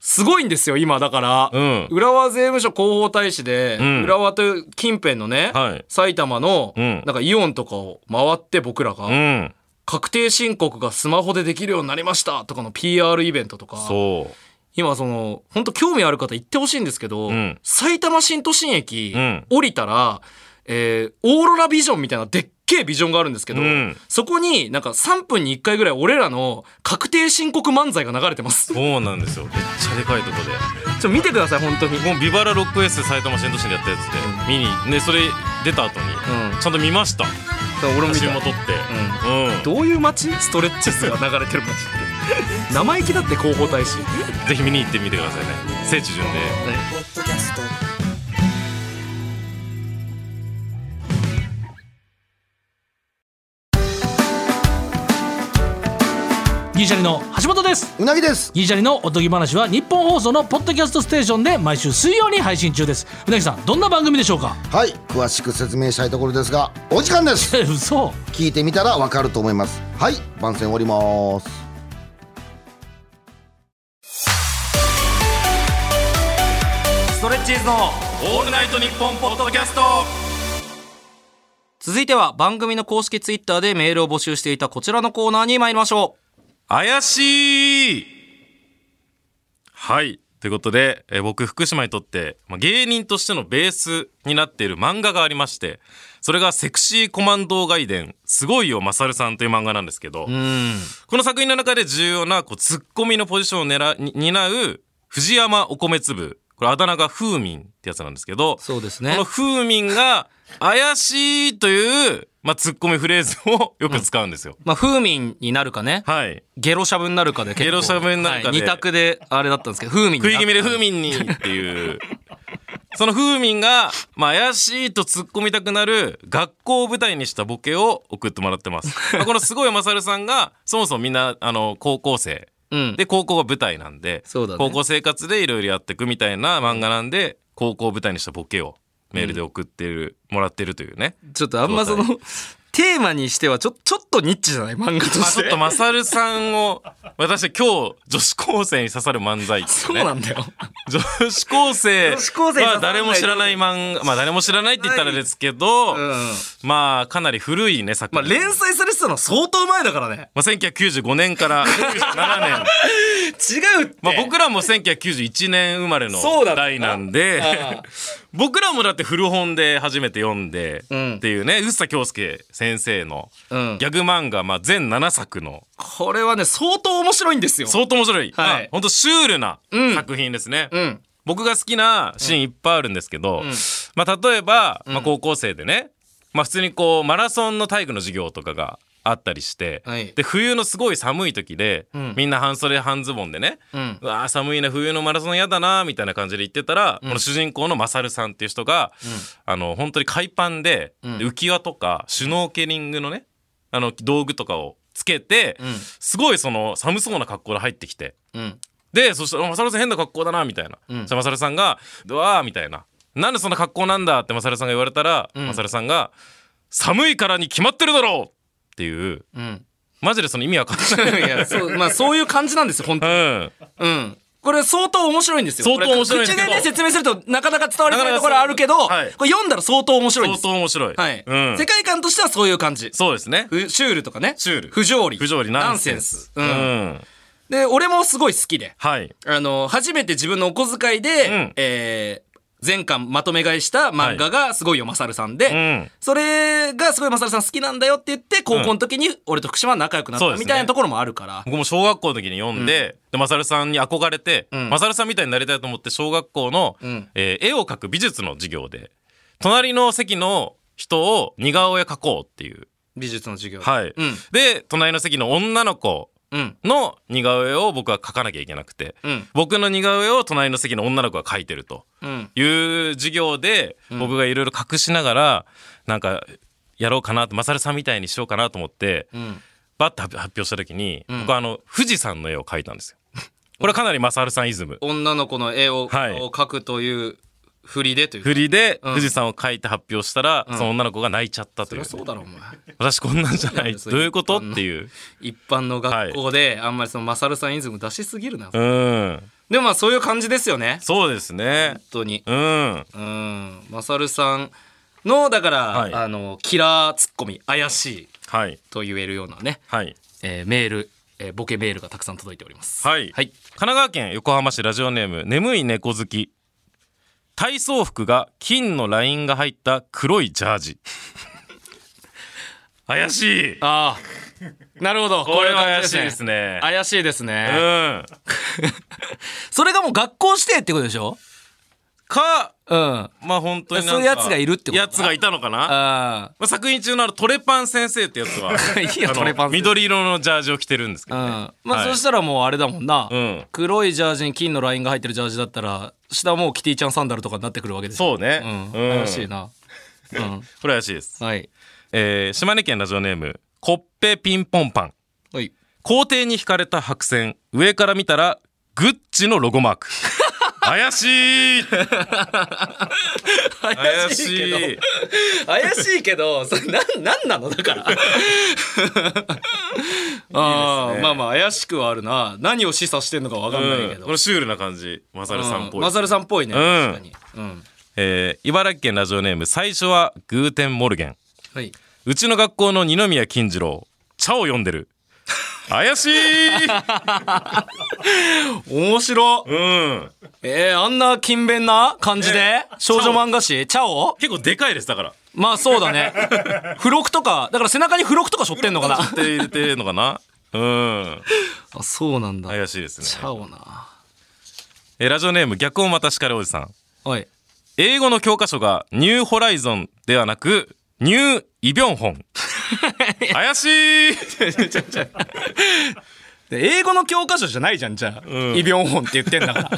すごいんですよ、今だから。うん浦和税務署広報大使で、うん浦和という近辺のね、はい埼玉の、うんなんかイオンとかを回って僕らが、うん。確定申告がスマホでできるようになりましたとかの PR イベントとか、そ今その本当興味ある方行ってほしいんですけど、うん埼玉新都心駅うん降りたら、えーオーロラビジョンみたいなでっけえビジョンがあるんですけど、うんそこになんか3分に1回ぐらい俺らの確定申告漫才が流れてまう。 すそうなんですよ。めっちゃでかいとこで。ちょ見てください本当にもうビバラロックエース埼玉新都市でやったやつで見にねそれ出た後にんちゃんと見ました俺も写見た真も撮ってうんどういう街ストレッチスが流れてる街 って生意気だって広報大使ぜひ見に行ってみてくださいね聖地巡礼ギリシャリの橋本ですうなぎですギリシャリのおとぎ話は日本放送のポッドキャストステーションで毎週水曜に配信中ですうなぎさんどんな番組でしょうかはい詳しく説明したいところですがお時間ですえ嘘聞いてみたらわかると思いますはい番宣終わりますストレッチーズのオールナイトニッポンポッドキャスト続いては番組の公式ツイッターでメールを募集していたこちらのコーナーに参りましょ怪しいはいということで、えー僕福島にとって、まあ、芸人としてのベースになっている漫画がありましてそれが「セクシーコマンド外伝すごいよまさるさん」という漫画なんですけど、う。うん。この作品の中で重要なこうツッコミのポジションを狙うに担う藤山お米粒これあだ名が風民ってやつなんですけどそうですこねの。風民が怪しいという、まあ、ツッコミフレーズをよく使うんですよ。まあ、風民になるかね。はいゲロしゃぶになるかで結構。ゲロしゃぶになるかはでい二択であれだったんですけど、風民にな食い気味で風民にっていうその風民が、まあ、怪しいと突っ込みたくなる学校を舞台にしたボケを送ってもらってます。まあこのすごいまさるさんがそもそもみんなあの高校生うん。で高校が舞台なんで、そうだね高校生活でいろいろやっていくみたいな漫画なんで高校を舞台にしたボケをメールで送ってる、もらってるというね。ちょっとあんまその、テーマにしてはちょ、ちょっとニッチじゃない漫画とまあ、しちょて。っとまさるさんを私は今日女子高生に刺さる漫才っていそう ねなんだよ。女子高生女子高生に刺さらないまあ誰も知らない漫画まあ誰も知らないって言ったらですけど、うんまあかなり古いね作まあ、品、ま連載されてたのは相当前だからね。 あ、1995年から97年違うって、まあ、僕らも1991年生まれのそうだった代なんでああ僕らもだって古本で初めて読んで、うんっていうね臼田恭介先生のうんギャグ漫画、まあ、全7作のこれはね相当面白いんですよ相当面白い、はいあほんとシュールなうん作品ですね。うん僕が好きなシーンいっぱいあるんですけど、まあ、例えば、まあ、高校生でね、まあ、普通にこうマラソンの体育の授業とかがあったりして、はいで冬のすごい寒い時で、んみんな半袖半ズボンでね、うんわー寒いな冬のマラソン嫌だなみたいな感じで言ってたら、この主人公のマサルさんっていう人が、あの本当に海パンで,で、浮き輪とかシュノーケリングのねあの道具とかをつけて、すごいその寒そうな格好で入ってきて。うんでそしたら「マサルさん変な格好だな」みたいな、んそしたらマサルさんが「うわー」みたいな「なんでそんな格好なんだ」ってマサルさんが言われたら、マサルさんが「寒いからに決まってるだろう!」っていううんマジでその意味わかんな いいやそうまあそういう感じなんですよ本当にうんうんこれ相当面白いんですよ相当面白いんこれ口ですけでどね説明するとなかなか伝わりづらいところあるけど、なかなかそうはいこれ読んだら相当面白いん相です当面白い、はい、うん世、界観としてはそういう感じそうですねふシュールとかねシュール不条理不条理ナンセンスナンセンスうんで俺もすごい好きではいあの初めて自分のお小遣いで、うんえー前巻まとめ買いした漫画がすごいよまさるさんで、うんそれがすごいまさるさん好きなんだよって言って高校の時に俺と福島は仲良くなっそうたですねみたいなところもあるから、僕も小学校の時に読んで、でマサルさんに憧れて、んマサルさんみたいになりたいと思って小学校の、んえー絵を描く美術の授業で隣の席の人を似顔絵描こうっていう美術の授業ではい、うんで隣の席の女の子うんの似顔絵を僕は描かなきゃいけなくて、うん僕の似顔絵を隣の席の女の子が描いてるとうんいう授業で僕がいろいろ隠しながらなんかやろうかなってマサルさんみたいにしようかなと思って、うんバッて発表した時に、僕はあの富士山の絵を描いたんですよ。これはかなりマサルさんイズム。女の子の絵を,、はいを描くという振りでという振りでん富士山を描いて発表したら、その女の子が泣いちゃったとそいりうゃそうだろお前私こんなんじゃないいやそどうういうこと一般のっていう一般の学校であんまりそのマサルさんイズム出しすぎるな、うんでもまあそういう感じですよねそうですね本当にうんうんマサルさんのだから、はいあのキラーツッコミ怪しいはいと言えるようなね、はいえーメール、えーボケメールがたくさん届いておりますはい、はい神奈川県横浜市ラジオネーム眠い猫好き体操服が金のラインが入った黒いジャー ジ怪しいああなるほどこうれはう感怪しじいですね怪しいですうね、んそれがもう学校指定ってことでしょかうんまあ本当になんかそういうやつがいるってことだやつがいたのかなあまあ、作品中のあのトレパン先生ってやつ はいいよあのトレパン先生緑色のジャージを着てるんですけあうんど、ねまあ、はいそしたらもうあれだもんな、うん黒いジャージに金のラインが入ってるジャージだったら下もうキティちゃんサンダルとかになってくるわけでしょそうね、ん、うん怪しいな、うん、これ怪しいです、はいえー島根県ラジオネームコッペピンポンパンはい校庭に引かれた白線上から見たらグッチのロ ゴマーク怪しい怪しいけど怪しい怪しいけどそれなんなんなのだ からああ、まあまあ怪しくはあるな何を示唆してんのかわかんないけうんど、これシュールな感じマサルさんっぽい、マサルさんっぽいね、うん確かに、うん、えー茨城県ラジオネーム最初はグーテンモルゲンはい、うちの学校の二宮金次郎茶を読んでる怪しい 面白うんえー、あんな勤勉な感じで、少女漫画誌チャオ結構でかいですだからまあそうだ ね付録とかだから背中に付録とか背負ってんのかなって入れてるのかなうんあそうなんだ怪しいですねチャオなえラジオネーム逆をまた叱るおじさんおい英語の教科書がニューホライゾンではなくニューイビョン ホン怪しいで英語の教科書じゃないじゃんじゃあ、うんイ・ビョンホンって言ってんだ から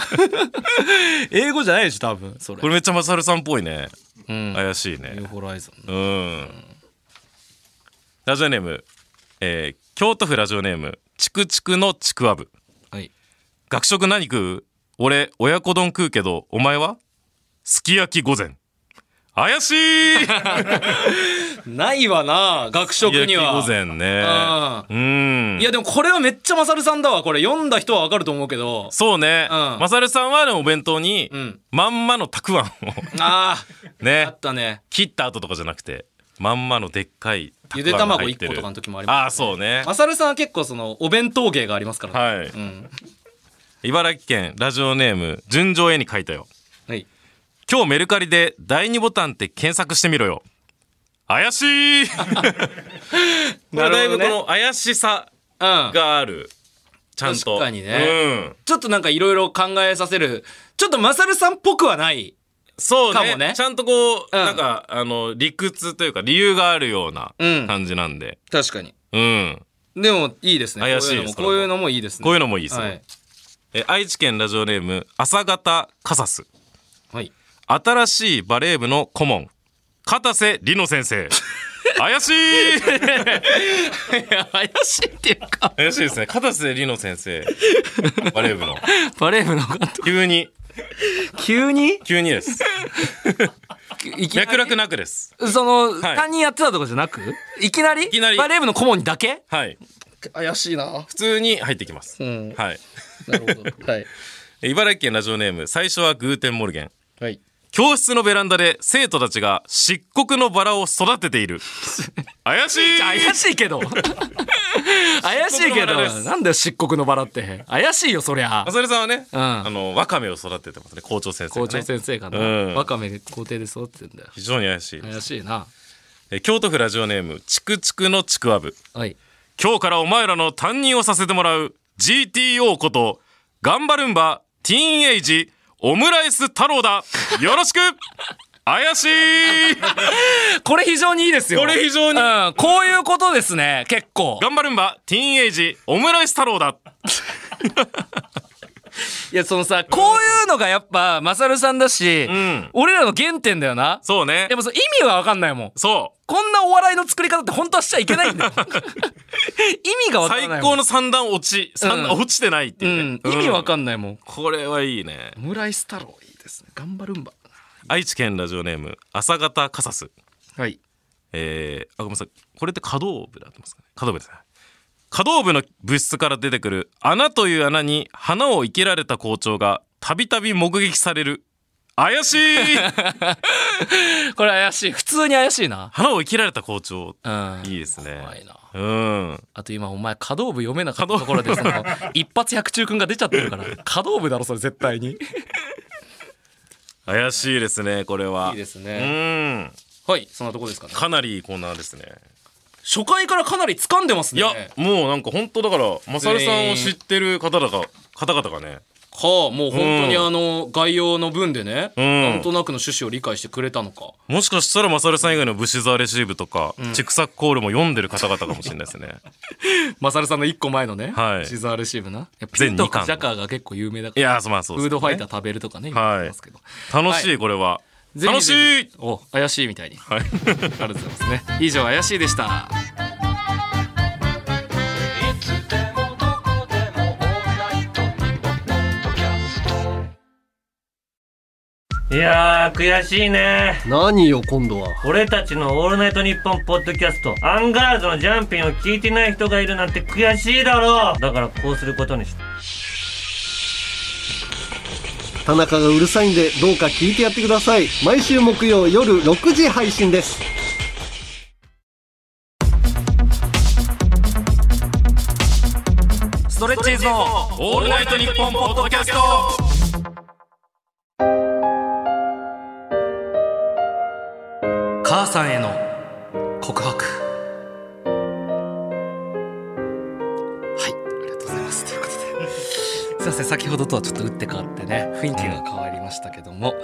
英語じゃないでしょ多分それこれめっちゃマサルさんっぽいねうん怪しいねニューホライゾンうんラジオネーム、えー京都府ラジオネームチクチクのちくわぶはい学食何食う俺親子丼食うけどお前はすき焼き午前 怪しいないわな学食にはすき焼き午前ねあうんいやでもこれはめっちゃマサルさんだわこれ読んだ人はわかると思うけどそうね、うんマサルさんはでもお弁当に、んまんまのたくあんを あああ ねったね切った後とかじゃなくてまんまのでっかいたくあんゆでが卵入っ1て個るとかの時もありあまあすそうねマサルさんは結構そのお弁当芸がありますからねはい、うん茨城県ラジオネーム純情絵に書いたよはい今日メルカリで第二ボタンって検索してみろよ 怪しいこれだいぶこの怪しさうんがあるちゃんと確かにねうん、ちょっとなんかいろいろ考えさせるちょっとマサルさんっぽくはないそうかねもねちゃんとこう、うんなんかあの理屈というか理由があるようなうん感じなんで確かにうん、でもいいですね怪しいですこういうのもこういうのもいいですねこういうのももいいですね、はい、え愛知県ラジオネーム朝方カサスはい、新しいバレー部の顧問片瀬里乃先 生怪しい怪しいっていうか怪しいですね片瀬里乃先生バレー部のバレー部の監督急に急に急に ですいきなり脈絡なくですその、はい担任やってたとかじゃなくいきなりきなりバレー部の顧問にだけはい怪しいな普通に入ってきます、うんはいなるほどはいえ 茨城県ラジオネーム最初はグーテンモルゲンはい教室のベランダで生徒たちが漆黒のバラを育てて いる怪しい怪しい けど怪しいけど漆黒のバラですなんだよ漆黒のバラって怪しいよそりゃ浅利さんはね、うんあのワカメを育ててますね校長先生校がね長先生かな、うんわかめ校庭で育ってんだよ非常に怪しい怪しいなえ京都府ラジオネームちくちくのちくわぶはい今日からお前らの担任をさせてもらう GTO こと頑張るんばティーンエイジオムライス太郎だよろしく 怪しいこれ非常にいいですよこれ非常にうん、こういうことですね結構頑張るんばティーンエイジオムライス太郎だいやそのさこういうのがやっぱマサルさんだし、うん俺らの原点だよなそうねでもその意味は分かんないもんそこんなお笑いの作り方って本当はしちゃいけないん だよ意味が分うかんな最いも高んの三段落ち三段うん落ちてないっていうね、うん、意味わかんんないもんこれはいいねオムライス太郎いいですね頑張るんば愛知県ラジオネーム朝方カサスはいえー、あごめんなさいこれって可動部だってますかね可動部ですね可動部の物質から出てくる穴という穴に花を生けられた校長がたびたび目撃される 怪しいこれ怪しい普通に怪しいな花を生けられた校長うんいいですね怖いなうんあと今お前可動部読めなかったところ でその一発百中くんが出ちゃってるから可動部だろそれ絶対に怪しいですねこれはいいですうねんはいそんなとこですかねかなりいいコーナーですね初回からかなり掴んでますねいやもうなんか本当だからマサルさんを知ってる方々が方々がねはあもう本当にうんあの概要の文でね、んなんとなくの趣旨を理解してくれたのかもしかしたらマサルさん以外のブシザーレシーブとか、チクサックコールも読んでる方々かもしれないです ねマサルさんの一個前のね、はいシザーレシーブなやっぱピ全ン二と巻かジャカーが結構有名だかいらやーまあそうでフーす、ね、ドファイター食べるとかね言ってますけど、楽しはいこれは、ぜひ楽しぜいひお怪しいみたいにはい ありがとうございますね以上怪しいでしたいやー悔しいね何よ今度は俺たちの「オールナイトニッポン」ポッドキャストアンガールズのジャンピンを聞いてない人がいるなんて悔しいだろうだからこうすることにした田中がうるさいんでどうか聞いてやってください毎週木曜夜6時配信ですストレッチーズのオールナイトニッポンポッドキャスト母さんへの告白はいありがとうございますということですいません先ほどとはちょっと打って変わってね雰囲気が変わりましたけども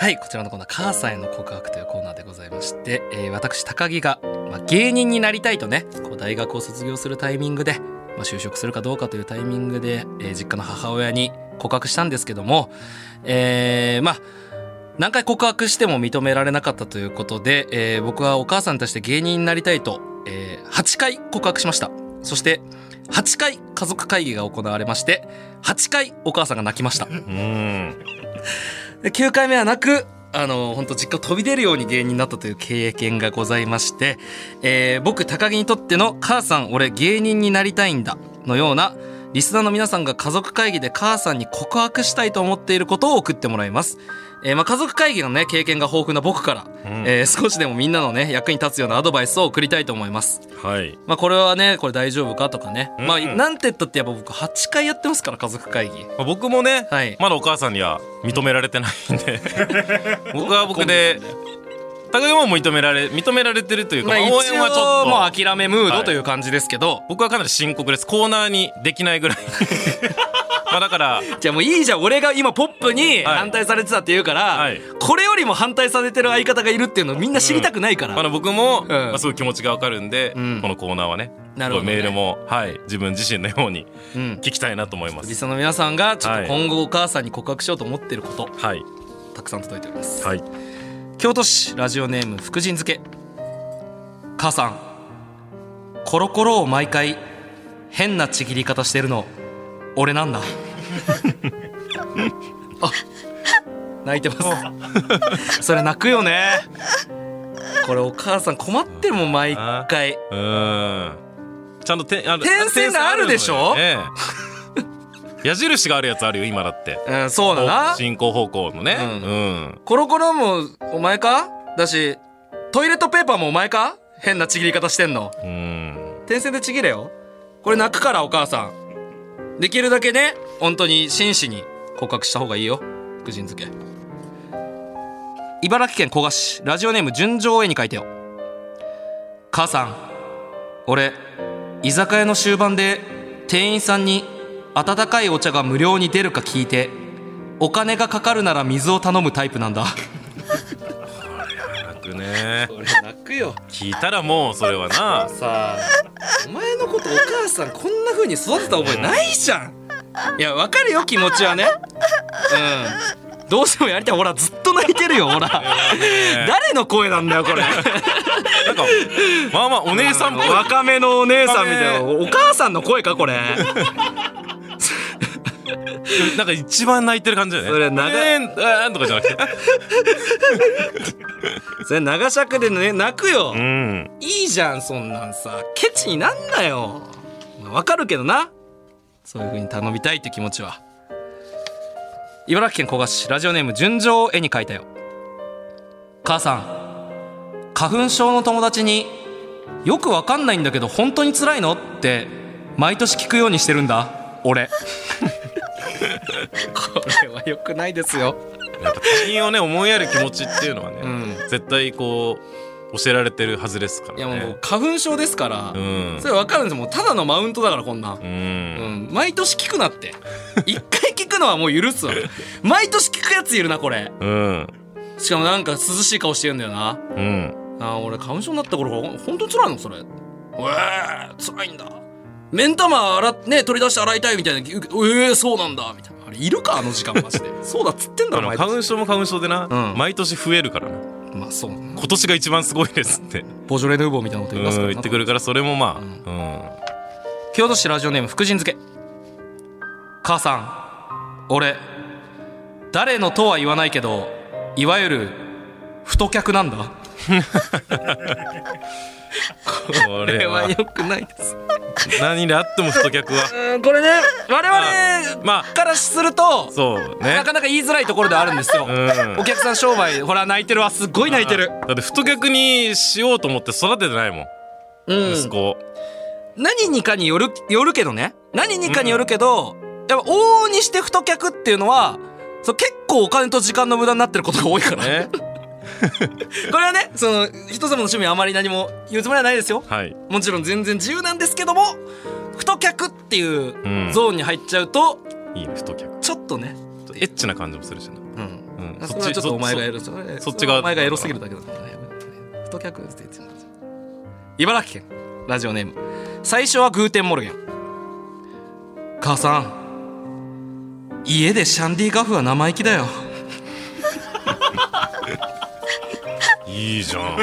はいこちらのコーナー「母さんへの告白」というコーナーでございまして、えー私高木が、まあ、芸人になりたいとねこう大学を卒業するタイミングで、まあ、就職するかどうかというタイミングで、えー実家の母親に告白したんですけどもえーまあ何回告白しても認められなかったということで、えー僕はお母さんに対して芸人になりたいと、えー8回告白しましたそして8回家族会議が行われまして8回お母さんが泣きましたうーんで9回目はなくあの本当実家を飛び出るように芸人になったという経験がございまして、えー僕高木にとっての「母さん俺芸人になりたいんだ」のような、リスナーの皆さんが家族会議で母さんに告白したいと思っていることを送ってもらいます。えーまあ、家族会議のね経験が豊富な僕から、えー少しでもみんなのね役に立つようなアドバイスを送りたいと思います。はいまあ、これはねこれ大丈夫かとかね、うんまあなんて言ったってやっぱ僕8回やってますから家族会議。まあ僕もね、はいまだお母さんには認められてないん で僕は僕で高木も認められ認められてるというか、まあ、まあ一応援はちょ応もうっと諦めムーはドいという感じですけど、僕はかなり深刻ですコーナーにできな いぐらいまあだからじゃあもういいじゃん俺が今ポップにはい反対されてたって言うから、はいこれよりも反対されてる相方がいるっていうのみんな知りたくないから、まあ、僕も、んまあ、すごい気持ちがわかるんで、うんこのコーナーはねなるほどねすごいメールも、はい、自分自身のようにうん聞きたいなと思いまリす。スナーの皆さんがちょっはとい今後お母さんに告白しようと思ってること、はい、たくさん届いております、はい、京都市ラジオネーム福神漬け母さんコロコロを毎回変なちぎり方してるの俺なんだあ泣いてますそれ泣くよねこれお母さん困っても毎回うーんちゃんとてあの点線があるでしょ点線あるのよええ矢印があるやつあるよ今だってうんそうだな進行方向のねううんん、コロコロもお前かだしトイレットペーパーもお前か変なちぎり方してんのうん、点線でちぎれよこれ泣くからお母さんできるだけね本当に真摯に告白した方がいいよ福神漬け茨城県古河市ラジオネーム純情絵に書いてよ母さん俺居酒屋の終盤で店員さんに温かいお茶が無料に出るか聞いてお金がかかるなら水を頼むタイプなんだ泣くね俺泣くよ聞いたらもうそれ はなさあお前のことお母さんこんな風に育てた覚えないじゃんいやわかるよ気持ちはねうんどうしてもやりたいほらずっと泣いてるよほら誰の声なんだよこれ なんかまあまあお姉さんっぽい若めのお姉さんみたいなお母さんの声かこれなんか一番泣いてる感じだよねそれ長いえーえーとかじ ゃなくてそれ長尺でね泣くようんいいじゃんそんなんさケチになんなよまあわかるけどなそういう風に頼みたいって気持ちは茨城県古河市ラジオネーム純情を絵に描いたよ母さん花粉症の友達によくわかんないんだけど本当に辛いのって毎年聞くようにしてるんだ俺 これは良くないですよやっぱ他人をね思いやる気持ちっていうのはね、ん絶対こう教えられてるはずですからいねやもう僕花粉症ですから、うんそれわかるんですよもうただのマウントだからこんなんううんん、毎年聞くなって一回聞くのはもう許すわ毎年聞くやついるなこれうんしかもなんか涼しい顔してるんだよなうんあー俺花粉症になった頃ほんほんと辛いのそれうえー、辛いんだ目ん玉洗っね取り出して洗いたいみたいな言うけどええー、そうなんだみたいなあれいるかあの時間マジでそうだっつってんだあろ毎の花年粉症も花粉症でな、うん毎年増えるからなまあそう今年が一番すごいですってボジョレ・ヌーボーみたいなことうん言いますから言ってくるからそれもまあ、んうん京都市ラジオネーム福神漬け母さん俺誰のとは言わないけどいわゆる太客なんだここれはくないです何であっても太客はこれね我々まからするとあそうねなかなか言いづらいところではあるんですよ、うんお客さん商売ほら泣いてるわすっごい泣いてる、だって太客にしようと思って育ててないもん、うん息子を何にかによるよるけどね何にかによるけど、やっぱ往々にして太客っていうのはそう結構お金と時間の無駄になってることが多いからね ねこれはねその人様の趣味あまり何も言うつもりはないですよはいもちろん全然自由なんですけども太客っていううんゾーンに入っちゃうといいね太客ちょっとね、ちょっとエッチな感じもするしな、うん、うん、それはちょっとお前がエるロそれそっち側お前がエロすぎるだけだからね太客って言ってます茨城県ラジオネーム最初はグーテンモルゲン母さん家でシャンディガフは生意気だよいいじゃ ん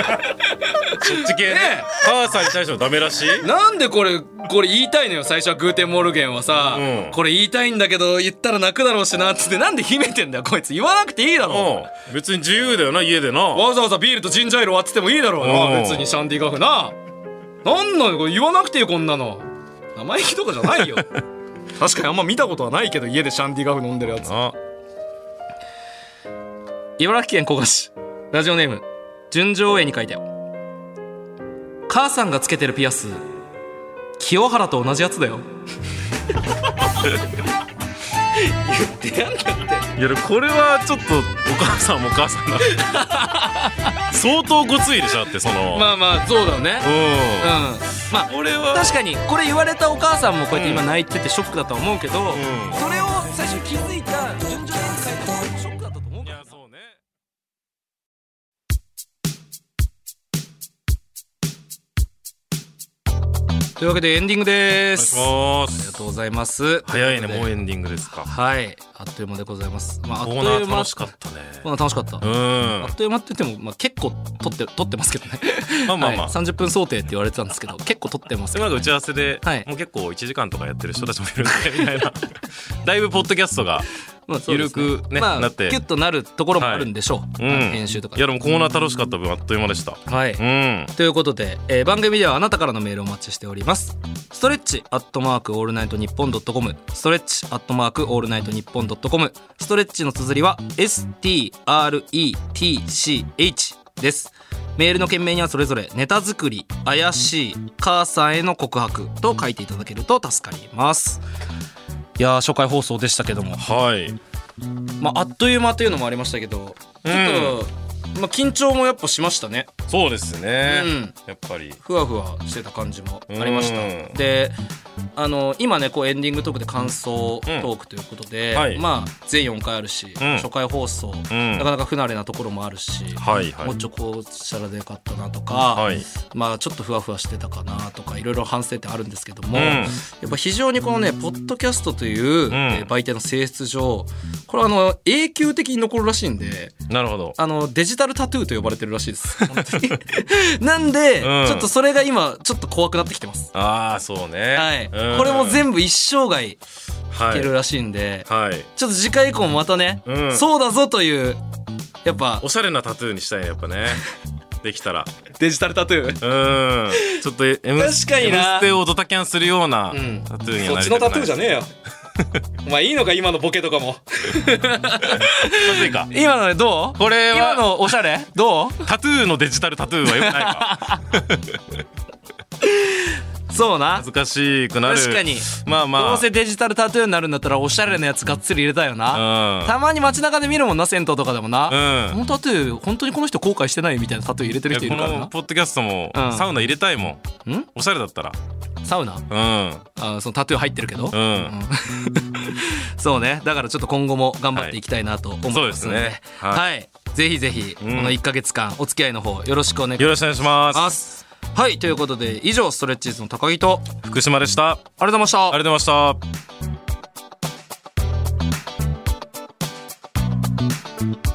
そっち系ね母さんに対してもダメらしいなんでこれこれ言いたいのよ最初はグーテンモルゲンはさ、うんこれ言いたいんだけど言ったら泣くだろうしなっつってなんで秘めてんだよこいつ言わなくていいだろうん別に自由だよな家でなわざわざビールとジンジャーエール割っててもいいだろうなうん別にシャンディガフ ななんなのこれ言わなくていいよこんなの生意気とかじゃないよ確かにあんま見たことはないけど家でシャンディガフ飲んでるやつあ茨城県古河市ラジオネーム純情絵に書いたよ母さんがつけてるピアス清原と同じやつだよ言ってやんなっていやこれはちょっとお母さんもお母さんだ 相当ごついでしょだってその、まあまあそうだよねうんうまあん、俺は確かにこれ言われたお母さんもこうやって今泣いててショックだとは思うけど、んそれを最初に気づいた純情絵に書いた人もショックだったと思ういかやらそうねというわけでエンディングですあお願いしまりがすとうございます早いねもううエンディングですかはいあっという間でございますまああっコとーナいうー間楽しかったねコーナー楽しかった、うんあっという間って言っても、まあ、結構撮って撮ってますけどねま あまあまあ、はい、30分想定って言われてたんですけ ど結構撮ってますでなんか打ち合わせで、はいもう結構1時間とかやってる人たちもいるんでみた いなだいぶポッドキャストがまあそうですゆるくねまあ、なってキュッとなるところもあるんでしょう、うん編集とかいやでもコーナー楽しかった分あっという間でしたはい、うんということで、えー番組ではあなたからのメールをお待ちしておりますストレッチアットマークオールナイトニッポンドットコムストレッチアットマークオールナイトニッポンドットコムストレッチの綴りは STRETCH ですメールの件名にはそれぞれネタ作り怪しい母さんへの告白と書いていただけると助かりますいやー初回放送でしたけども、はいまあ、あっという間というのもありましたけどちょっと、まあ、緊張もやっぱしましたねそうですね、うんやっぱりふわふわしてた感じもありましたうんであの今ねこうエンディングトークで感想トークということで、うんはいまあ全4回あるし、ん初回放送、んなかなか不慣れなところもあるし、はいはいもうちょっとこうしたらでよかったなとか、はいまあちょっとふわふわしてたかなとかいろいろ反省ってあるんですけども、うんやっぱ非常にこのねポッドキャストという、えー媒体の性質上これはあの永久的に残るらしいんで。なるほどあのデジタルタトゥーと呼ばれてるらしい です。本当になんで、うんちょっとそれが今ちょっと怖くなってきてます。ああそうねはい、うんこれも全部一生涯いはいけるらしいんで、はいちょっと次回以降もまたね、うんそうだぞというやっぱおしゃれなタトゥーにしたいねやっ ぱねできたらデジタルタトゥー。うんちょっと M 確かにな M ステをドタキャンするようなうんタトゥーに はそなっちのりたくないタトゥーじゃ ねえよ。お前いいのか今のボケとかも。まずいか今のねどう？これは今のおしゃれ？どタトゥーのデジタルタトゥーはよくないか う？そうな。恥ずかしくなる確かにまあまあどうせデジタルタトゥーになるんだったらおしゃれなやつがっつり入れたよな。うんたまに街中で見るもんな銭湯とかでもな、うんこのタトゥー本当にこの人後悔してないみたいなタトゥー入れているや人いこるからのなポッドキャストもうんサウナ入れたいもん、んおしゃれだったらサウナうんあそのタトゥー入ってるけど、うん、そうねだからちょっと今後も頑張っていきたいなと思いますので,、はいそうですねはいぜひぜひこんの1か月間お付き合いの方よろしくお願いしよろしくお願いしますますはいということで以上ストレッチーズの高木と福島でしたあありりがとうございましたがとうございました